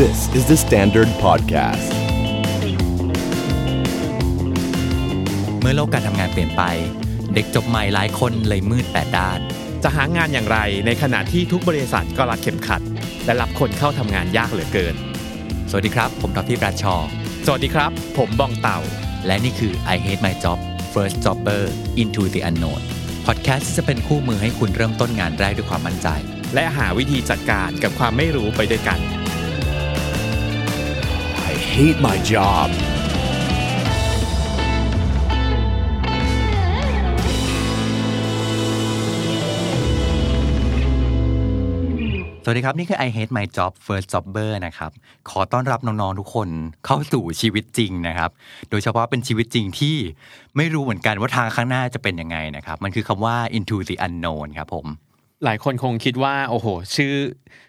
This is the Standard Podcast. เมื่อโลกการทำงานเปลี่ยนไป เด็กจบใหม่หลายคนเลยมืดแปดด้าน จะหางานอย่างไรในขณะที่ทุกบริษัทก็รัดเข็มขัด และรับคนเข้าทำงานยากเหลือเกิน สวัสดีครับ ผมท็อฟฟี่ปราชอ สวัสดีครับ ผมบองเต่า และนี่คือ I Hate My Job First Jobber Into the Unknown พอดแคสต์ที่จะเป็นคู่มือให้คุณเริ่มต้นงานแรกด้วยความมั่นใจ และหาวิธีจัดการกับความไม่รู้ไปด้วยกัน I hate my job. สวัสดีครับ นี่คือ I Hate My Job First Jobber นะครับ ขอต้อนรับน้อง ๆ ทุกคนเข้าสู่ชีวิตจริงนะครับ โดยเฉพาะเป็นชีวิตจริงที่ไม่รู้เหมือนกันว่าทางข้างหน้าจะเป็นยังไงนะครับ มันคือคำว่า Into the Unknown ครับผม หลายคนคงคิดว่า โอ้โห ชื่อ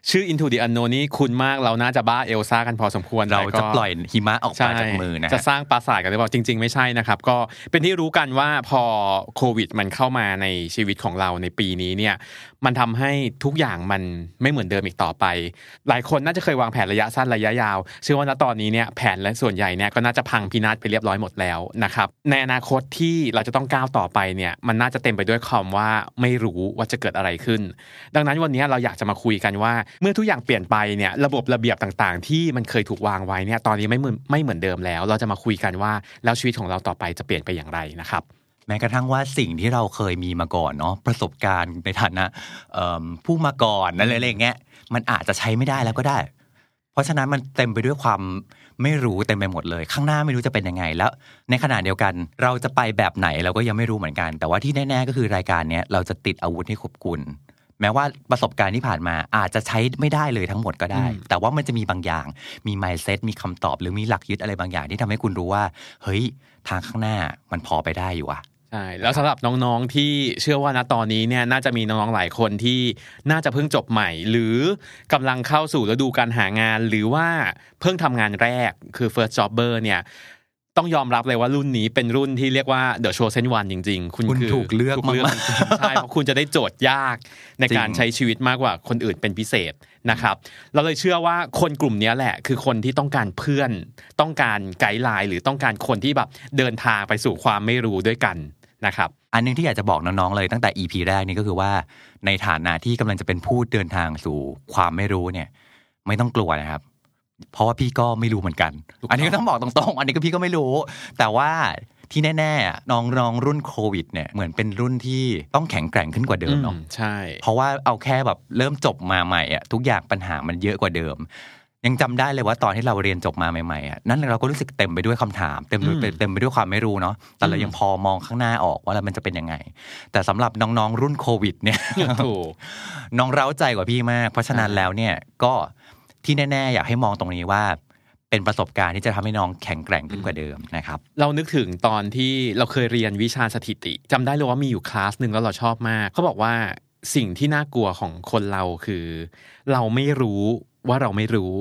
ชื่อ Into the Unknown นี่คุณมากเราน่าจะบ้าเอลซ่ากันพอสมควร เรา แต่ก็ จะปล่อยหิมะออกมา ใช่ จากมือนะ จะ ฮะ สร้างปราสาทกันหรือเปล่าจริง ๆ ไม่ใช่นะครับ ก็เป็นที่รู้กันว่าพอโควิด มันเข้ามาในชีวิตของเราในปีนี้เนี่ยมันทำให้ทุกอย่างมันไม่เหมือนเดิมอีกต่อไป หลายคนน่าจะเคยวางแผนระยะสั้นระยะยาวเชื่อว่าณตอนนี้เนี่ยแผนและส่วนใหญ่เนี่ยก็น่าจะพังพินาศไปเรียบร้อยหมดแล้วนะครับ ในอนาคตที่เราจะต้องก้าวต่อไปเนี่ยมันน่าจะเต็มไปด้วยคำว่าไม่รู้ว่าจะเกิดอะไรขึ้น ดังนั้นวันนี้เราอยากจะมาคุยกันว่า เมื่อทุกอย่างเปลี่ยนไปเนี่ยระบบระเบียบต่างๆ ที่มันเคยถูกวางไว้เนี่ยตอนนี้ไม่เหมือนไม่เหมือนเดิมแล้ว เราจะมาคุยกันว่าแล้วชีวิตของเราต่อไปจะเปลี่ยนไปอย่างไรนะครับ แม้กระทั่งว่าสิ่งที่เราเคยมีมาก่อนเนาะประสบการณ์ในฐานะเอิ่มผู้มาก่อนอะไรอย่างเงี้ยมันอาจจะใช้ไม่ได้แล้วก็ได้ เพราะฉะนั้นมันเต็มไปด้วยความไม่รู้เต็มไปหมดเลย ข้างหน้าไม่รู้จะเป็นยังไงแล้ว ในขณะเดียวกันเราจะไปแบบไหนเราก็ยังไม่รู้เหมือนกัน แต่ว่าที่แน่ๆก็คือรายการเนี้ยเราจะติดอาวุธให้ขบคุณแม้ว่าประสบการณ์ที่ผ่านมาอาจจะใช้ไม่ได้เลยทั้งหมดก็ได้ อืม แต่ว่ามันจะมีบางอย่าง มี mindset มีคำตอบหรือมีหลักยึดอะไรบางอย่างที่ทำให้คุณรู้ว่า เฮ้ยทางข้างหน้ามันพอไปได้อยู่อะ ใช่แล้วสำหรับน้องๆที่เชื่อว่าณตอนนี้เนี่ยน่าจะมีน้องๆหลายคนที่น่าจะเพิ่งจบใหม่ หรือกำลังเข้าสู่ฤดูการหางาน หรือว่าเพิ่งทำงานแรกคือ first jobber เนี่ยต้องยอมรับเลยว่ารุ่นนี้เป็นรุ่นที่เรียกว่า the chosen one จริง ๆ คุณ คุณ คือ ถูกเลือก ถูกเลือก มาก จริงๆใช่เพราะคุณจะได้โจทย์ยากใน จริง การใช้ชีวิตมากกว่าคนอื่นเป็นพิเศษนะครับ เราเลยเชื่อว่าคนกลุ่มเนี้ยแหละ คือคนที่ต้องการเพื่อน ต้องการไกด์ไลน์หรือต้องการคนที่แบบเดินทางไปสู่ความไม่รู้ด้วยกันนะครับ อันหนึงที่อยากจะบอกน้อง ๆ เลยตั้งแต่ EP แรกนี่ก็คือว่า ในฐานะที่กำลังจะเป็นผู้เดินทางสู่ความไม่รู้เนี่ย ไม่ต้องกลัวนะครับ เพราะว่าพี่ก็ไม่รู้เหมือนกัน ถูกต้อง อันนี้ก็ต้องบอกตรงๆ อันนี้ก็พี่ก็ไม่รู้ แต่ว่าที่แน่ๆน้องๆรุ่นโควิดเนี่ยเหมือนเป็นรุ่นที่ต้องแข็งแกร่งขึ้นกว่าเดิมเนาะ อืใช่ เพราะว่าเอาแค่แบบเริ่มจบมาใหม่อะทุกอย่างปัญหามันเยอะกว่าเดิม ยังจำได้เลยว่าตอนที่เราเรียนจบมาใหม่ๆอะนั่นเราก็รู้สึกเต็มไปด้วยคำถาม เต็มไปด้วย อืม เต็มไปด้วยความไม่รู้เนาะแต่เรา อืม ยังพอมองข้างหน้าออกว่ามันจะเป็นยังไง แต่สำหรับน้องๆรุ่นโควิดเนี่ย ถูก น้องเร้าใจกว่าพี่มาก เพราะฉะนั้น อ่า แล้วเนี่ยก็ที่แน่ ๆ อยากให้มองตรงนี้ว่า เป็นประสบการณ์ที่จะทำให้น้องแข็งแกร่งขึ้นกว่าเดิมนะครับ เรานึกถึงตอนที่เราเคยเรียนวิชาสถิติจำได้เลยว่ามีอยู่คลาสหนึ่งแล้วเราชอบมาก เขาบอกว่าสิ่งที่น่ากลัวของคนเราคือ เราไม่รู้ว่าเราไม่รู้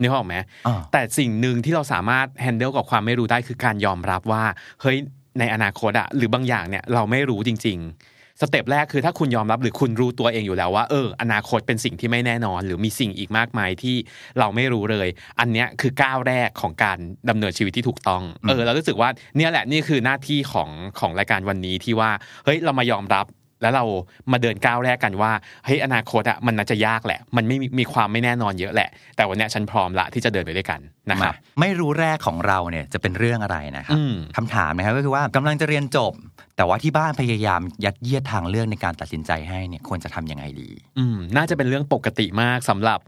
นึกออกไหม อ่า แต่สิ่งหนึ่งที่เราสามารถแฮนเดิลกับความไม่รู้ได้คือการยอมรับว่า เฮ้ยในอนาคตอะหรือบางอย่างเนี่ยเราไม่รู้จริง ๆ สเต็ปแรกคือถ้าคุณยอมรับหรือคุณรู้ตัวเองอยู่แล้วว่าเอออนาคตเป็นสิ่งที่ไม่แน่นอน หรือมีสิ่งอีกมากมายที่เราไม่รู้เลย อันเนี้ยคือก้าวแรกของการดำเนินชีวิตที่ถูกต้อง อืม เออเรารู้สึกว่าเนี่ยแหละนี่คือหน้าที่ของของรายการวันนี้ที่ว่าเฮ้ยเรามายอมรับ แล้วเรามาเดินก้าวแรกกันว่าเฮ้ยอนาคตอะมันน่าจะยากแหละ มันไม่มีมีความไม่แน่นอนเยอะแหละ แต่วันเนี้ยฉันพร้อมละที่จะเดินไปด้วยกันนะครับ มาไม่รู้แรกของเราเนี่ยจะเป็นเรื่องอะไรนะครั อืม คำถามนะครับก็คือว่ากำลังจะเรียนจบ แต่ว่าที่บ้านพยายามยัดเยียดทางเลือกในการตัดสินใจให้เนี่ยควรจะทำยังไงดี อืมน่าจะเป็นเรื่องปกติมากสำหรับ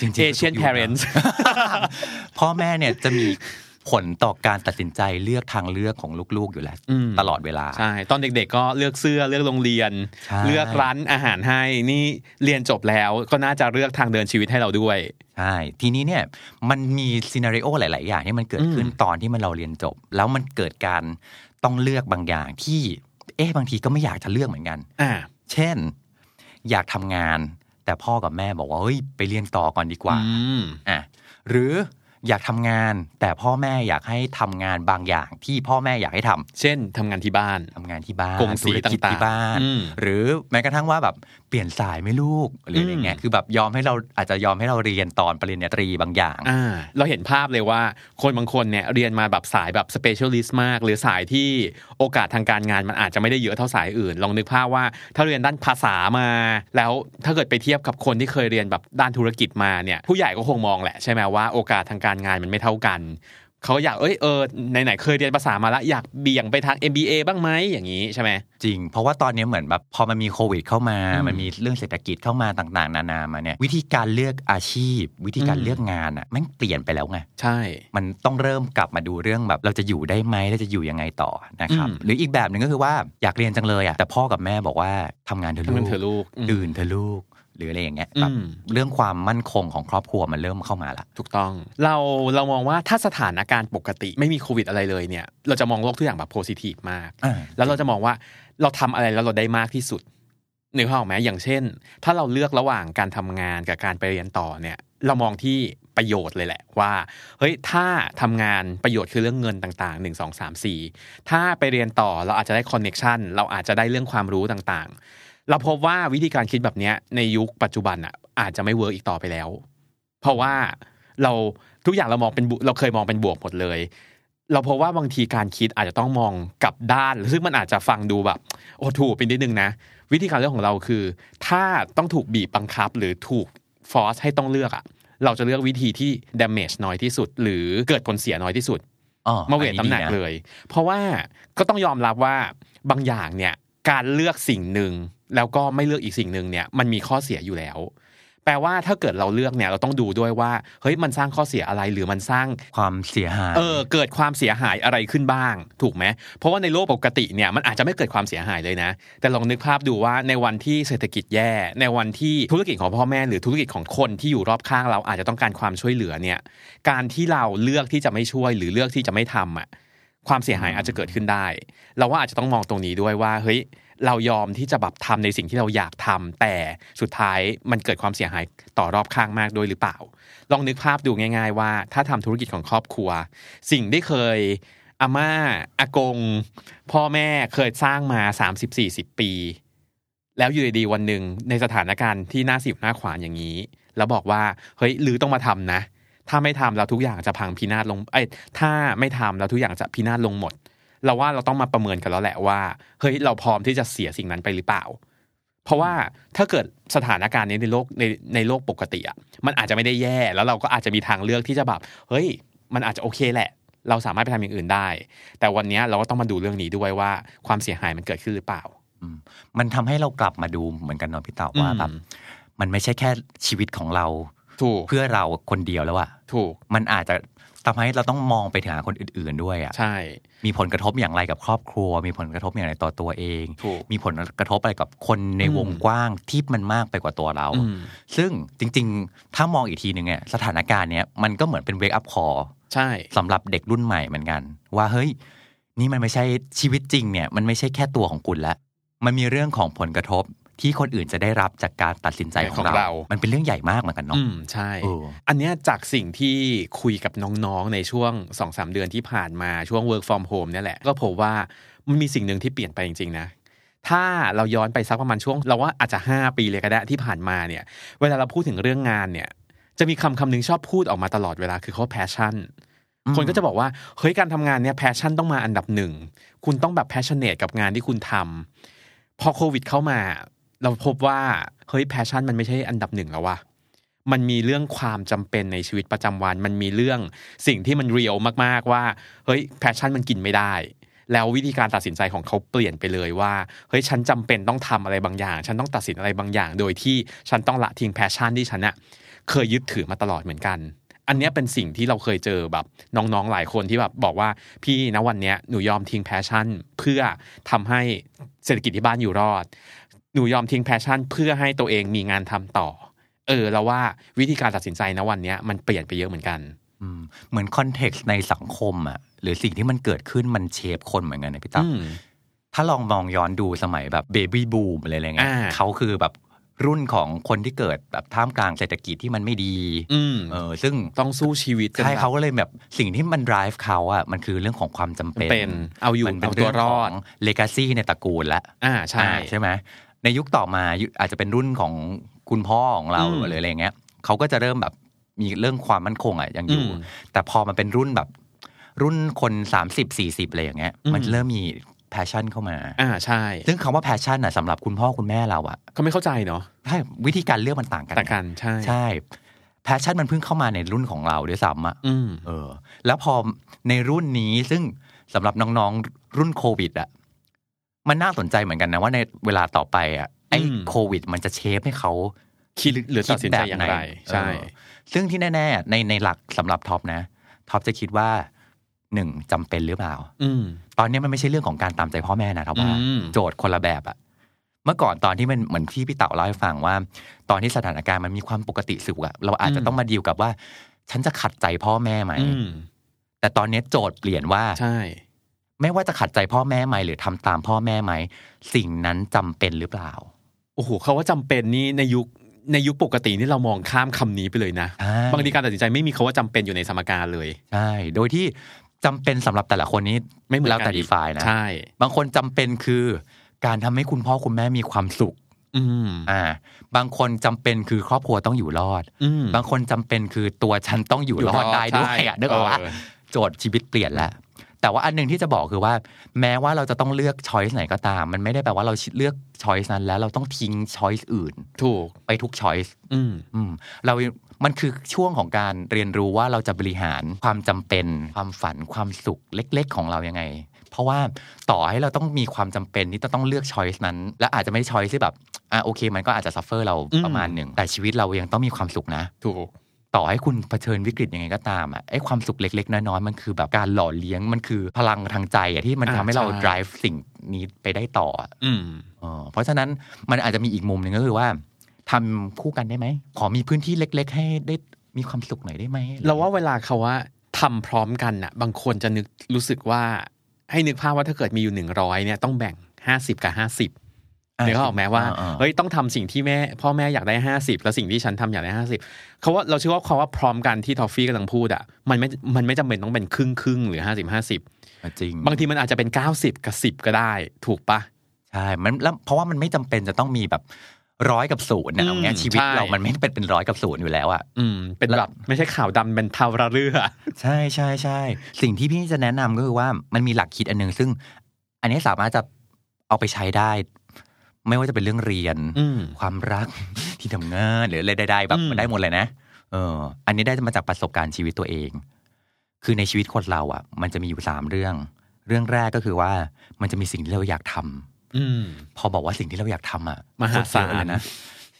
จริงๆ Asian ทุกยุคนะ parents พ่อแม่เนี่ยจะมีผลต่อการตัดสินใจเลือกทางเลือกของลูกๆอยู่แล้ว อืม ตลอดเวลา ใช่ตอนเด็กๆ ก็เลือกเสื้อเลือกโรงเรียน ใช่ เลือกร้านอาหารให้นี่เรียนจบแล้วก็น่าจะเลือกทางเดินชีวิตให้เราด้วย ใช่ทีนี้เนี่ยมันมีซีนารีโอหลาย ๆ อย่างที่มันเกิดขึ้น อืม ตอนที่มันเราเรียนจบ แล้วมันเกิดการต้องเลือกบางอย่างที่เอ๊ะบางทีก็ไม่อยากจะเลือกเหมือนกัน อ่า เช่น อยากทำงาน แต่พ่อกับแม่บอกว่าเฮ้ยไปเรียนต่อก่อนดีกว่า อืม อ่ะหรืออยากทำงาน แต่พ่อแม่อยากให้ทำงานบางอย่างที่พ่อแม่อยากให้ทำ เช่นทำงานที่บ้าน ทำงานที่บ้าน กงสี ธุรกิจ ต่างๆ ที่บ้าน อืม หรือแม้กระทั่งว่าแบบ ปลี่ยนสายไหม่ลูกหรืออะไรเงี้ย อืม คือแบบยอมให้เราอาจจะยอมให้เราเรียนตอนปริญญาตรีบางอย่าง อ่าเราเห็นภาพเลยว่าคนบางคนเนี่ยเรียนมาแบบสายแบบสเปเชียลิสต์มาก หรือสายที่โอกาสทางการงานมันอาจจะไม่ได้เยอะเท่าสายอื่น ลองนึกภาพว่าถ้าเรียนด้านภาษามา แล้วถ้าเกิดไปเทียบกับคนที่เคยเรียนแบบด้านธุรกิจมาเนี่ยผู้ใหญ่ก็คงมองแหละใช่ไหมว่าโอกาสทางการงานมันไม่เท่ากัน เขาก็อยากเอ้ยเออไหนๆเคยเรียนภาษามาละอยากเบี่ยงไปทาง MBA บ้างไหมอย่างนี้ใช่ไหม จริง เพราะว่าตอนนี้เหมือนแบบพอมันมีโควิดเข้ามา อืม มันมีเรื่องเศรษฐกิจเข้ามาต่างๆ นานามาเนี่ยวิธีการเลือกอาชีพ วิธีการ อืม เลือกงานอ่ะแมันเปลี่ยนไปแล้วไง ใช่ มันต้องเริ่มกลับมาดูเรื่องแบบ เราจะอยู่ได้ไหมเราจะอยู่ยังไงต่อนะครับ อืม หรืออีกแบบหนึ่งก็คือว่าอยากเรียนจังเลยอ่ะแต่พ่อกับแม่บอกว่าทำงานเถอะ ทำ ลู เงิน ก เธอะลูกอืม ตื่นเถอะลูก หรืออะไรอย่างเงี้ยแบบ อืม เรื่องความมั่นคงของครอบครัวมันเริ่มเข้ามาละ ถูกต้องเราเรามองว่าถ้าสถานการณ์ปกติไม่มีโควิดอะไรเลยเนี่ยเราจะมองโลกทุกอย่างแบบโพซิทีฟมาก อ่า แล้วเราจะมองว่าเราทำอะไรแล้วเราได้มากที่สุดนึกภาพออกไหมอย่างเช่น ถ้าเราเลือกระหว่างการทำงานกับการไปเรียนต่อเนี่ยเรามองที่ประโยชน์เลยแหละว่าเฮ้ยถ้าทำงานประโยชน์คือเรื่องเงินต่างๆ 1 2 3 4 ถ้าไปเรียนต่อเราอาจจะได้คอนเน็ชันเราอาจจะได้เรื่องความรู้ต่างๆ เราพบว่าวิธีการคิดแบบเนี้ยในยุคปัจจุบันอ่ะอาจจะไม่เวิร์กอีกต่อไปแล้ว เพราะว่าเราทุกอย่างเรามองเป็นบวกเราเคยมองเป็นบวกหมดเลย เราพบว่าบางทีการคิดอาจจะต้องมองกลับด้าน ซึ่งมันอาจจะฟังดูแบบ โอ้ถูกไปนิดนึงนะ วิธีการเลือกของเราคือ ถ้าต้องถูกบีบบังคับหรือถูกฟอร์สให้ต้องเลือกอะเราจะเลือกวิธีที่ damage น้อยที่สุด หรือเกิดผลเสียน้อยที่สุด มาเวทตำหนักเลย เพราะว่าก็ต้องยอมรับว่าบางอย่างเนี่ยการเลือกสิ่งหนึ่งแล้วก็ไม่เลือกอีกสิ่งหนึ่งเนี่ยมันมีข้อเสียอยู่แล้ว แปลว่าถ้าเกิดเราเลือกเนี่ยเราต้องดูด้วยว่าเฮ้ยมันสร้างข้อเสียอะไรหรือมันสร้าง ความเสียหาย เออเกิดความเสียหายอะไรขึ้นบ้าง ถูกไหมเพราะว่าในโลกปกติเนี่ยมันอาจจะไม่เกิดความเสียหายเลยนะ แต่ลองนึกภาพดูว่าในวันที่เศรษฐกิจแย่ ในวันที่ธุรกิจของพ่อแม่หรือธุรกิจของคนที่อยู่รอบข้างเราอาจจะต้องการความช่วยเหลือเนี่ยการที่เราเลือกที่จะไม่ช่วยหรือเลือกที่จะไม่ทำอ่ะความเสียหายอาจจะเกิดขึ้นได้ เราว่าอาจจะต้องมองตรงนี้ด้วยว่าเฮ้ยเรายอมที่จะแบบทำในสิ่งที่เราอยากทำแต่สุดท้ายมันเกิดความเสียหายต่อรอบข้างมากด้วยหรือเปล่า ลองนึกภาพดูง่าย ๆ ว่า ถ้าทำธุรกิจของครอบครัว สิ่งที่เคยอาม่าอากง พ่อแม่เคยสร้างมา 30-40 ปี แล้วอยู่ดีๆวันหนึ่งในสถานการณ์ที่หน้าสิบหน้าขวานอย่างนี้ แล้วบอกว่า เฮ้ยหรือต้องมาทำนะ ถ้าไม่ทำเราทุกอย่างจะพังพินาศลงเอ้ยถ้าไม่ทำเราทุกอย่างจะพินาศลงหมด เราว่าเราต้องมาประเมินกันแล้วแหละว่าเฮ้ยเราพร้อมที่จะเสียสิ่งนั้นไปหรือเปล่า เพราะว่าถ้าเกิดสถานการณ์นี้ในโลกในในโลกปกติอ่ะมันอาจจะไม่ได้แย่แล้วเราก็อาจจะมีทางเลือกที่จะแบบเฮ้ย มันอาจจะโอเคแหละ เราสามารถไปทำอย่างอื่นได้ แต่วันเนี้ยเราก็ต้องมาดูเรื่องนี้ด้วยว่าความเสียหายมันเกิดขึ้นหรือเปล่า มันทำให้เรากลับมาดูเหมือนกันเนาะพี่เต่าว่าแบบ อืม มันไม่ใช่แค่ชีวิตของเรา ถูก เพื่อเราคนเดียวแล้วอะ ถูก มันอาจจะทำให้เราต้องมองไปถึงหาคนอื่น ๆด้วยอะ ใช่ มีผลกระทบอย่างไรกับครอบครัว มีผลกระทบอย่างไรต่อตัวเอง ถูก มีผลกระทบอะไรกับคนในวงกว้างที่มันมากไปกว่าตัวเรา อืม ซึ่งจริง ๆ ถ้ามองอีกทีหนึ่งเนี่ยสถานการณ์เนี้ยมันก็เหมือนเป็นเวกอัพคอ ใช่ สำหรับเด็กรุ่นใหม่เหมือนกัน ว่าเฮ้ย นี่มันไม่ใช่ชีวิตจริงเนี่ย มันไม่ใช่แค่ตัวของคุณละมันมีเรื่องของผลกระทบที่คนอื่นจะได้รับจากการตัดสินใจขอ ข ง อง เรา เรา มันเป็นเรื่องใหญ่มากเหมือนกันเนาะ อืมใช่ เออ อันเนี้ยจากสิ่งที่คุยกับน้องๆ ในช่วง 2-3 เดือนที่ผ่านมาช่วง work from home เนี่ยแหละ ก็พบว่ามันมีสิ่งหนึ่งที่เปลี่ยนไปจริงๆนะ ถ้าเราย้อนไปสักประมาณช่วง เราว่าอาจจะ 5 ปีเลยก็ได้ที่ผ่านมาเนี่ย เวลาเราพูดถึงเรื่องงานเนี่ย จะมีคำคำหนึ่งชอบพูดออกมาตลอดเวลาคือเขา passion อืม คนก็จะบอกว่าเฮ้ยการทำงานเนี่ย passion ต้องมาอันดับหนึ่งคุณต้องแบบ passionate กับงานที่คุณทำพอโควิดเข้ามา เราพบว่าเฮ้ย passion มันไม่ใช่อันดับหนึ่งแล้วว่ะ มันมีเรื่องความจำเป็นในชีวิตประจำวัน มันมีเรื่องสิ่งที่มันเรียลมากๆว่า เฮ้ยแพชชั่นมันกินไม่ได้ แล้ววิธีการตัดสินใจของเขาเปลี่ยนไปเลยว่า เฮ้ยฉันจำเป็นต้องทำอะไรบางอย่าง ฉันต้องตัดสินอะไรบางอย่าง โดยที่ฉันต้องละทิ้งแพชชั่นที่ฉันอะเคยยึดถือมาตลอดเหมือนกัน อันเนี้ยเป็นสิ่งที่เราเคยเจอแบบน้องๆหลายคนที่แบบบอกว่าพี่นะวันเนี้ยหนูยอมทิ้งแพชชั่น เพื่อทำให้เศรษฐกิจที่บ้านอยู่รอด หนูยอมทิ้งแพชชั่น เพื่อให้ตัวเองมีงานทำต่อ เออแล้วว่าวิธีการตัดสินใจนะวันเนี้ยมันเปลี่ยนไปเยอะเหมือนกัน อืมเหมือนคอนเท็กซ์ในสังคมอะหรือสิ่งที่มันเกิดขึ้นมันเชฟคนเหมือนกันนะพี่ตั้ม อืม ถ้าลองมองย้อนดูสมัยแบบเบบี้บูมอะไรอย่างเงี้ย อ่า เขาคือแบบรุ่นของคนที่เกิดแบบท่ามกลางเศรษฐกิจที่มันไม่ดี อืม เออซึ่ง ต้องสู้ชีวิตกัน ใช่เขา แบบ ก็เลยแบบสิ่งที่มัน drive เขาอะมันคือเรื่องของความจำ เป็นเอาอยู่ มันเป็ เอา น ตั เรื่ ว อง ร ข อ อ ด งเลกาซีในตระกูลละ อ่าใช่ อ่าใช่ไหม ในยุคต่อมายุอาจจะเป็นรุ่นของคุณพ่อของเรา อืม หรืออะไรเงี้ยเขาก็จะเริ่มแบบมีเรื่องความมั่นคงอ่ะยังอยู่ อืม แต่พอมันเป็นรุ่นแบบรุ่นคน 30 40อะไรอย่างเงี้ย อืม มันเริ่มมีแพชชั่นเข้ามา อ่าใช่ ซึ่งคำว่าแพชชั่นอ่ะสำหรับคุณพ่อคุณแม่เราอ่ะ เขาไม่เข้าใจเนาะ ถ้าวิธีการเลือกมันต่างกัน แต่กันใช่ ใช่แพชชั่นมันเพิ่งเข้ามาในรุ่นของเราด้วยซ้ำอ่ะ อืม เออแล้วพอในรุ่นนี้ซึ่งสำหรับน้องๆรุ่นโควิดอะมันน่าสนใจเหมือนกันนะว่าในเวลาต่อไปอะไอ้ อืม โควิด มันจะเชฟให้เขา คิดหรือตัดสินใจอย่างไร คิดแบบหน ใช่ เออซึ่งที่แน่ๆในในหลักสำหรับท็อปนะท็อปจะคิดว่าหนึ่งจำเป็นหรือเปล่า อืม ตอนนี้มันไม่ใช่เรื่องของการตามใจพ่อแม่นะท็อปว่า อืม โจทย์คนละแบบอะเมื่อก่อนตอนที่มันเหมือนที่พี่เต่าเล่าให้ฟังว่า ตอนที่สถานการณ์มันมีความปกติสุขอะเราอาจจะต้องมาดีลกับว่า ฉันจะขัดใจพ่อแม่ไหม อืม แต่ตอนนี้โจทย์เปลี่ยนว่า ใช่ ไม่ว่าจะขัดใจพ่อแม่ไหมหรือทำตามพ่อแม่ไหม สิ่งนั้นจำเป็นหรือเปล่า โอ้โหเขาว่าจำเป็นนี่ในยุคในยุคปกตินี่เรามองข้ามคำนี้ไปเลยนะ ใช่ บางทีการตัดสินใจไม่มีคาว่าจำเป็นอยู่ในสมการเลย ใช่ โดยที่จำเป็นสำหรับแต่ละคนนี้ ไม่เหมือน แล้ว กัน แต่ดีฟายนะ ใช่ บางคนจำเป็นคือ การทำให้คุณพ่อคุณแม่มีความสุข อืม อ่า บางคนจำเป็นคือครอบครัวต้องอยู่รอด อืม บางคนจำเป็นคือตัวฉันต้องอยู่ อยู่ ร ร อ อ ด ด ได้ด้วย ใช่ อะนึกออกปะ เออ โจทย์ชีวิตเปลี่ยนแล้ว แต่ว่าอันหนึ่งที่จะบอกคือว่า แม้ว่าเราจะต้องเลือกช้อยส์ไหนก็ตาม มันไม่ได้แปลว่าเราเลือกช้อยส์นั้นแล้วเราต้องทิ้งช้อยส์อื่น ถูก ไปทุกช้อยส์ อืม เรา มันคือช่วงของการเรียนรู้ว่าเราจะบริหารความจำเป็น ความฝัน ความสุขเล็ก ๆ ของเรายังไง เพราะว่าต่อให้เราต้องมีความจำเป็นที่จะต้องเลือกช้อยส์นั้น และอาจจะไม่ใช่ช้อยส์ที่แบบ อ่ะโอเค มันก็อาจจะซัฟเฟอร์เรา อืม ประมาณหนึ่ง แต่ชีวิตเรายังต้องมีความสุขนะ ถูก ต่อให้คุณเผชิญวิกฤตยังไงก็ตามอ่ะไอ้ความสุขเล็ก ๆ น้อยๆมันคือแบบการหล่อเลี้ยง มันคือพลังทางใจอ่ะที่มัน อ่า ทำให้เรา ใช่ drive สิ่งนี้ไปได้ต่ออ่ะ อืม เอ่อเพราะฉะนั้นมันอาจจะมีอีกมุมหนึ่งก็คือว่าทำคู่กันได้ไหม ขอมีพื้นที่เล็ก ๆ ให้ได้มีความสุขหน่อยได้ไหม เราว่าเวลาเขาว่าทำพร้อมกันน่ะ บางคนจะนึกรู้สึกว่า ให้นึกภาพว่าถ้าเกิดมีอยู่หนึ่งร้อยเนี่ยต้องแบ่งห้าสิบกับห้าสิบเดี๋ยวเขาออกไหมว่าเฮ้ยต้องทำสิ่งที่แม่พ่อแม่อยากได้ห้าสิบแล้วสิ่งที่ฉันทำอยากได้ห้าสิบเขาว่าเราเชื่อว่าความว่าพร้อมกันที่ทอฟฟี่กำลังพูดอ่ะมันไม่มันไม่จำเป็นต้องเป็นครึ่งครึ่งๆหรือห้าสิบห้าสิบ อ่าจริง บางทีมันอาจจะเป็นเก้าสิบกับสิบก็ได้ ถูกปะ ใช่มันแล้วเพราะว่ามันไม่จำเป็นจะต้องมีแบบร้อยกับศูนย์นะ อืม เอาเงี้ยชีวิต ใช่ เรามันไม่เป็นเป็นร้อยกับศูนย์อยู่แล้วอะ อืม เป็น แล้ว แบบไม่ใช่ขาวดำเป็นเทาระเรือ ใช่ใช่ใช่สิ่งที่พี่จะแนะนำก็คือว่ามันมีหลักคิดอันหนึง ซึ่งอันนี้สามารถจะเอาไปใช้ได้ ไม่ว่าจะเป็นเรื่องเรียน อืม ความรัก ที่ทำงานหรืออะไรใดๆแบบ อืม มันได้หมดเลยนะ เออ อันนี้ได้มาจากประสบการณ์ชีวิตตัวเอง คือในชีวิตคนเราอ่ะ มันจะมีอยู่สามเรื่อง เรื่องแรกก็คือว่ามันจะมีสิ่งที่เราอยากทำ อืม พอบอกว่าสิ่งที่เราอยากทำอ่ะ มหาศาล โคตเยอะเลยนะ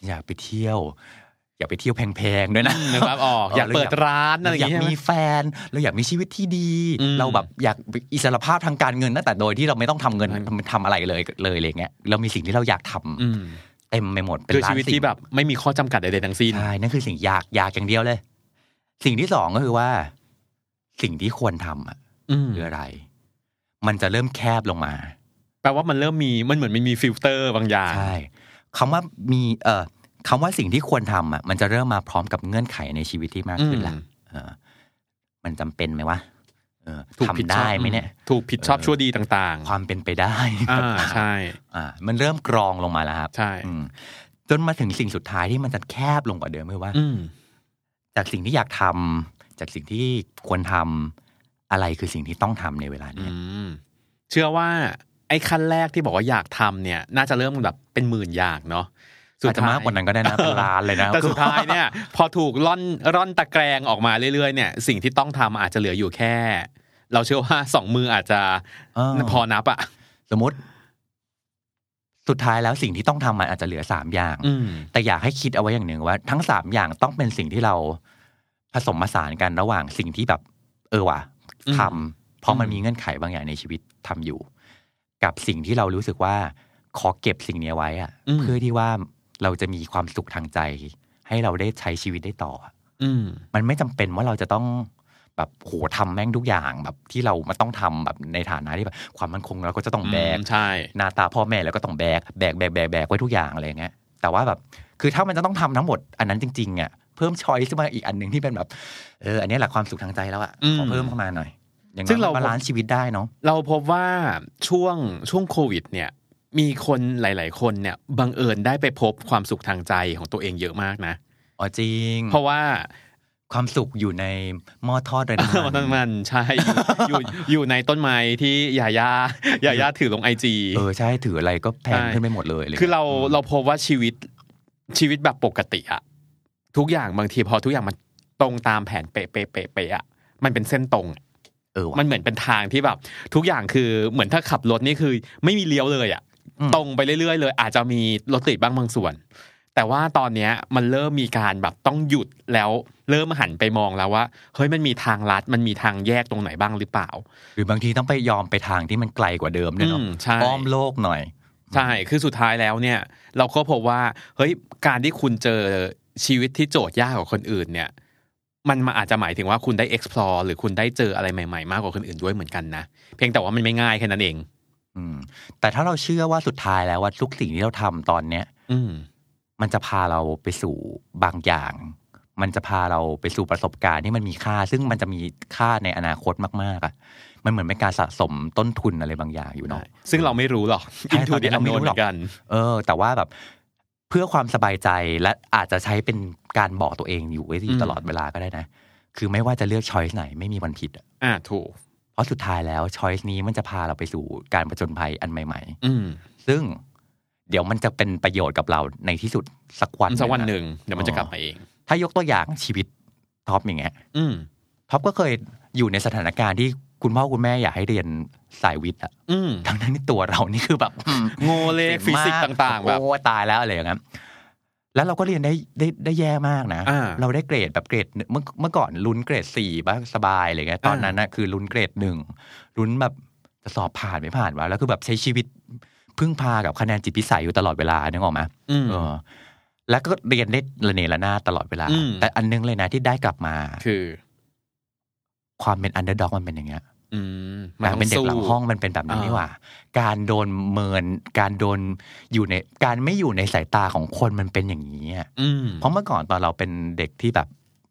อยากไปเที่ยว อยากไปเที่ยวแพงๆด้วยนะ นึกภาพออกอยากเปิดร้านอะไรอย่าง เยา เงี้ย ก ใช่ไหม มีแฟน เราอยากมีชีวิตที่ดี อืม เราแบบอยากอิสรภาพทางการเงินนะแต่โดยที่เราไม่ต้องทำเงิน อืม ทำอะไรเลยเลยอะไรเงี้ยเรามีสิ่งที่เราอยากทำ อืม เต็มไปหมดเป็น คือ ล้า ชี น วิต สิ่ง ที่แบบไม่มีข้อจำกัดใดๆทั้งสิ้น ใช่ นั่นคือสิ่งอยากอยากอย่างเดียวเลย สิ่งที่สองก็คือว่า สิ่งที่ควรทำอะ อืม คืออะไร มันจะเริ่มแคบลงมา แปลว่ามันเริ่มมีมันเหมือนมันมีฟิลเตอร์บางอย่าง ใช่คำว่ามี เอ่อคำว่าสิ่งที่ควรทำอ่ะ มันจะเริ่มมาพร้อมกับเงื่อนไขในชีวิตที่มากขึ้นละ อืม เออ มันจำเป็นไหมวะเออ ถูกผิด ทำ ชอบ ได้ไหมเนี่ย ถูกผิดชอบ เออ ชั่วดีต่าง ความเป็นไปได้ ๆ อ่า ต่างๆ ใช่ อ่า มันเริ่มกรองลงมาแล้วครับ ใช่ อืมจนมาถึงสิ่งสุดท้ายที่มันจะแคบลงกว่าเดิมคือว่า อืม จากสิ่งที่อยากทำจากสิ่งที่ควรทำอะไรคือสิ่งที่ต้องทำในเวลา อื เนี้ย มเชื่อว่าไอ้ขั้นแรกที่บอกว่าอยากทำเนี่ย น่าจะเริ่มแบบเป็นหมื่นอย่างเนาะสุด อาจจะ ท้าย มากกว่านั้นก็ได้นะเป็นล้านเลยนะ แต่สุดท้ายเนี่ย พอถูกร่อนร่อนตะแกรงออกมาเรื่อยๆเนี่ย สิ่งที่ต้องทำอาจจะเหลืออยู่แค่ เราเชื่อว่าสองมืออาจจะ เออ พอนับอ่ะ สมมติ สุดท้ายแล้วสิ่งที่ต้องทำมันอาจจะเหลือสามอย่าง อืม แต่อยากให้คิดเอาไว้อย่างหนึ่งว่า ทั้งสามอย่างต้องเป็นสิ่งที่เราผสมผสานกันระหว่างสิ่งที่แบบ เออว่ะ อืม ทำเพราะมัน อืม มีเงื่อนไขบางอย่างในชีวิตทำอยู่ กับสิ่งที่เรารู้สึกว่า ขอเก็บสิ่งเนี้ยไว้อะเพื่อที่ว่าเราจะมีความสุขทางใจ ให้เราได้ใช้ชีวิตได้ต่อ อืม มันไม่จำเป็นว่าเราจะต้องแบบโหทำแม่งทุกอย่างแบบที่เรามาต้องทำแบบในฐานะที่แบบความมั่นคงเราก็จะต้องแบก อืมใช่ หน้าตาพ่อแม่แล้วก็ต้องแบกแบกแบกแบกแบกไว้ทุกอย่างอะไรอย่างเงี้ยแต่ว่าแบบคือถ้ามันจะต้องทำทั้งหมดอันนั้นจริงๆอ่ะเพิ่มช้อยขึ้นมาอีกอันหนึ่งที่เป็นแบบเอออันนี้แหละความสุขทางใจแล้วอ่ะ อืม ขอเพิ่มเข้ามาหน่อยอย่าง ซึ่ น้ ง อย เรา บาลานซ์ชีวิตได้เนาะ เราพบว่าช่วงช่วงโควิด เนี่ย มีคนหลาย ๆ คนเนี่ยบังเอิญได้ไปพบความสุขทางใจของตัวเองเยอะมากนะ อ๋อจริง เพราะว่า ความสุขอยู่ในหม้อทอดไร้ เอา น้ำมัน้ำน มันใช่อยู่อยู่อยู่ในต้นไม้ที่ยาย่ายาย่าถือลงไอจี เออใช่ถืออะไรก็แพง ใช่ ขึ้นไปหมดเลยะไ คือเรา ม เราพบว่าชีวิตชีวิตแบบปกติอะทุกอย่างบางทีพอทุกอย่างมันตรงตามแผนเป๊ะเป๊ะเป๊ะเป๊ะอะมันเป็นเส้นตรงอะ เออว่ะ มันเหมือนเป็นทางที่แบบ ทุกอย่างคือเหมือนถ้าขับรถนี่คือ ไม่มีเลี้ยวเลยอะ อืม ตรงไปเรื่อยๆเลย อาจจะมีรถติดบ้างบางส่วน แต่ว่าตอนเนี้ยมันเริ่มมีการแบบต้องหยุดแล้วเริ่มหันไปมองแล้วว่าเฮ้ยมันมีทางลัดมันมีทางแยกตรงไหนบ้างหรือเปล่า หรือบางทีต้องไปยอมไปทางที่มันไกลกว่าเดิมด้วยเนาะ อืมใช่ อ้อมโลกหน่อย ใช่ คือสุดท้ายแล้วเนี่ย เราก็พบว่า เฮ้ย การที่คุณเจอชีวิตที่โจทย์ยากกว่าคนอื่นเนี่ย มันมาอาจจะหมายถึงว่าคุณได้ explore หรือคุณได้เจออะไรใหม่ๆ มากกว่าคนอื่นด้วยเหมือนกันนะ เพียงแต่ว่ามันไม่ง่ายแค่นั้นเอง อืม แต่ถ้าเราเชื่อว่าสุดท้ายแล้วว่าทุกสิ่งที่เราทำตอนเนี้ย อืม มันจะพาเราไปสู่บางอย่าง มันจะพาเราไปสู่ประสบการณ์ที่มันมีค่า ซึ่งมันจะมีค่าในอนาคตมากๆอ่ะ มันเหมือนเป็นการสะสมต้นทุนอะไรบางอย่างอยู่เนาะ ซึ่งเราไม่รู้หรอก ใช่ into ตอนนี้ the เราไม่ unknown รู้หเหร มื อก อนกัน เออ แต่ว่าแบบเพื่อความสบายใจและอาจจะใช้เป็นการบอกตัวเองอยู่ไว้ที่ตลอดเวลาก็ได้นะ คือไม่ว่าจะเลือกช้อยส์ไหนไม่มีวันผิดอะ อ่า ถูก เพราะสุดท้ายแล้วช้อยส์นี้มันจะพาเราไปสู่การผจญภัยอันใหม่ อืม ๆ ซึ่งเดี๋ยวมันจะเป็นประโยชน์กับเราในที่สุดสักวัน สักวัน อะ หนึ่งเดี๋ยวมันจะกลับมาเอง ถ้ายกตัวอย่างชีวิตท็อปอย่างเงี้ย อืม ท็อปก็เคยอยู่ในสถานการณ์ที่คุณพ่อคุณแม่อยากให้เรียนสายวิทย์อะ อืม ทั้งนั้นที่ตัวเรานี่คือแบบ โงเลขฟิสิกส์ต่าง ๆ แบบ โอ้ตายแล้วอะไรอย่างเงี้ยแล้วเราก็เรียนได้ได้ได้แย่มากนะ อ่า เราได้เกรดแบบเกรดหนึ่งเมื่อเมื่อก่อนลุ้นเกรดสี่บ้างสบายอะไรเงี้ยตอน อ่า นั้นนะคือลุ้นเกรดหนึ่งลุ้นแบบจะสอบผ่านไม่ผ่านวะแล้วคือแบบใช้ชีวิตพึ่งพากับคะแนนจิตพิสัยอยู่ตลอดเวลานึกออกไหม อืม เออแล้วก็เรียนได้ระเนระนาดตลอดเวลา อืม แต่อันนึงเลยนะที่ได้กลับมา คือ ความเป็นอันเดอร์ด็อกมันเป็นอย่างเงี้ย อืมมั กาน ร ต้อ เป็น ง เด็ก สู้ หลังห้องมันเป็นแบบนี้ อ่า นี่หว่า การโดนเมิน การโดนอยู่ในการไม่อยู่ในสายตาของคนมันเป็นอย่างนี้อะ อืม เพราะเมื่อก่อนตอนเราเป็นเด็กที่แบบ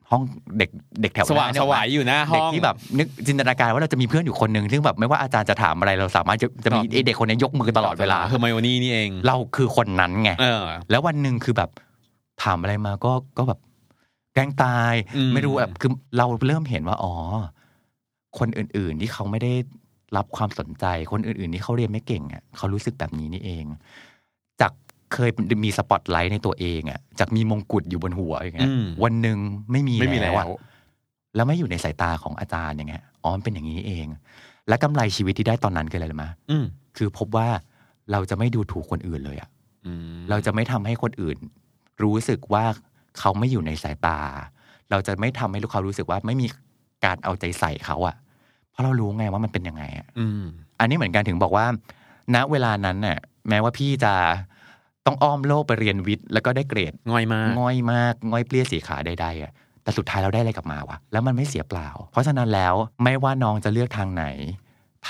ห้องเด็กเด็กแถวห ส น้ ว่าง เนี่ ส ย วายอยู่หนะห้ เด็ก อง ที่แบบนึกจินตนาการว่าเราจะมีเพื่อนอยู่คนหนึ่งซึ่งแบบไม่ว่าอาจารย์จะถามอะไรเราสามารถจะจะมี ตอบ ไอ้เด็กคนนี้ยกมือตลอดเวลา เฮอร์ไมโอนี่นี่เอง เราคือคนนั้นไง เออ แล้ววันหนึ่งคือแบบถามอะไรมาก็ก็แบบแกล้งตาย อืม ไม่รู้แบบคือเราเริ่มเห็นว่า อ๋อ คนอื่นๆที่เขาไม่ได้รับความสนใจ คนอื่นๆที่เขาเรียนไม่เก่งอ่ะเขารู้สึกแบบนี้นี่เอง จากเคยมีสปอตไลท์ในตัวเองอ่ะจากมีมงกุฎอยู่บนหัวอย่างเงี้ย อืม วันหนึ่งไม่มี ไม่มีแล้ แล้ว วอะแล้วไม่อยู่ในสายตาของอาจารย์อย่างเงี้ยอ๋อมันเป็นอย่างนี้เอง และกำไรชีวิตที่ได้ตอนนั้นคืออะไรรู้ไหม อืม คือพบว่าเราจะไม่ดูถูกคนอื่นเลยอ่ะ เราจะไม่ทำให้คนอื่น รู้สึกว่าเขาไม่อยู่ในสายตา เราจะไม่ทำให้ลูกเขารู้สึกว่าไม่มีการเอาใจใส่เขาอะเพราะเรารู้ไงว่ามันเป็นยังไงอะ อืม อันนี้เหมือนกันถึงบอกว่า ณเวลานั้นน่ะ แม้ว่าพี่จะต้องอ้อมโลกไปเรียนวิทย์ แล้วก็ได้เกรด ง่อยมาก ง่อยมากง่อยเปรี้ยสีขาใดๆอะแต่สุดท้ายเราได้อะไรกลับมาวะแล้วมันไม่เสียเปล่า เพราะฉะนั้นแล้วไม่ว่าน้องจะเลือกทางไหน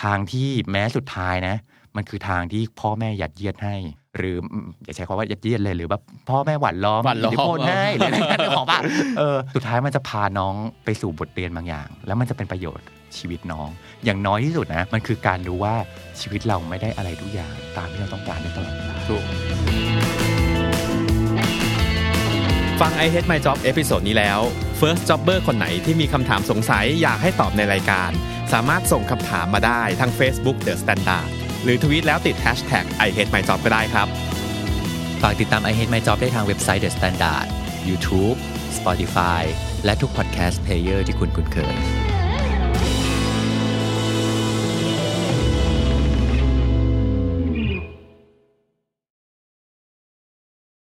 ทางที่แม้สุดท้ายนะ มันคือทางที่พ่อแม่ยัดเยียดให้ หรืออืมอย่าใช้คำว่ายัดเยียดเลยหรือว่าพ่อแม่หวั่นล้อม หวานล้อม อิทธิพลให้หรืออะไรนั่นของ ป่ะเออสุดท้ายมันจะพาน้องไปสู่บทเรียนบางอย่าง แล้วมันจะเป็นประโยชน์ชีวิตน้อง อย่างน้อยที่สุดนะ มันคือการรู้ว่าชีวิตเราไม่ได้อะไรทุกอย่าง ตามที่เราต้องการได้ตลอดเวลา ถูก ฟัง I Hate My Job เอพิโซดนี้แล้ว First Jobber คนไหนที่มีคำถามสงสัยอยากให้ตอบในรายการ สามารถส่งคำถามมาได้ทาง Facebook The Standard หรือทวีตแล้วติด Hashtag I Hate My Job ก็ได้ครับ ฝากติดตาม I Hate My Job ได้ทางเว็บไซต์ The Standard YouTube Spotify และทุก podcast player ที่คุณคุ้นเคย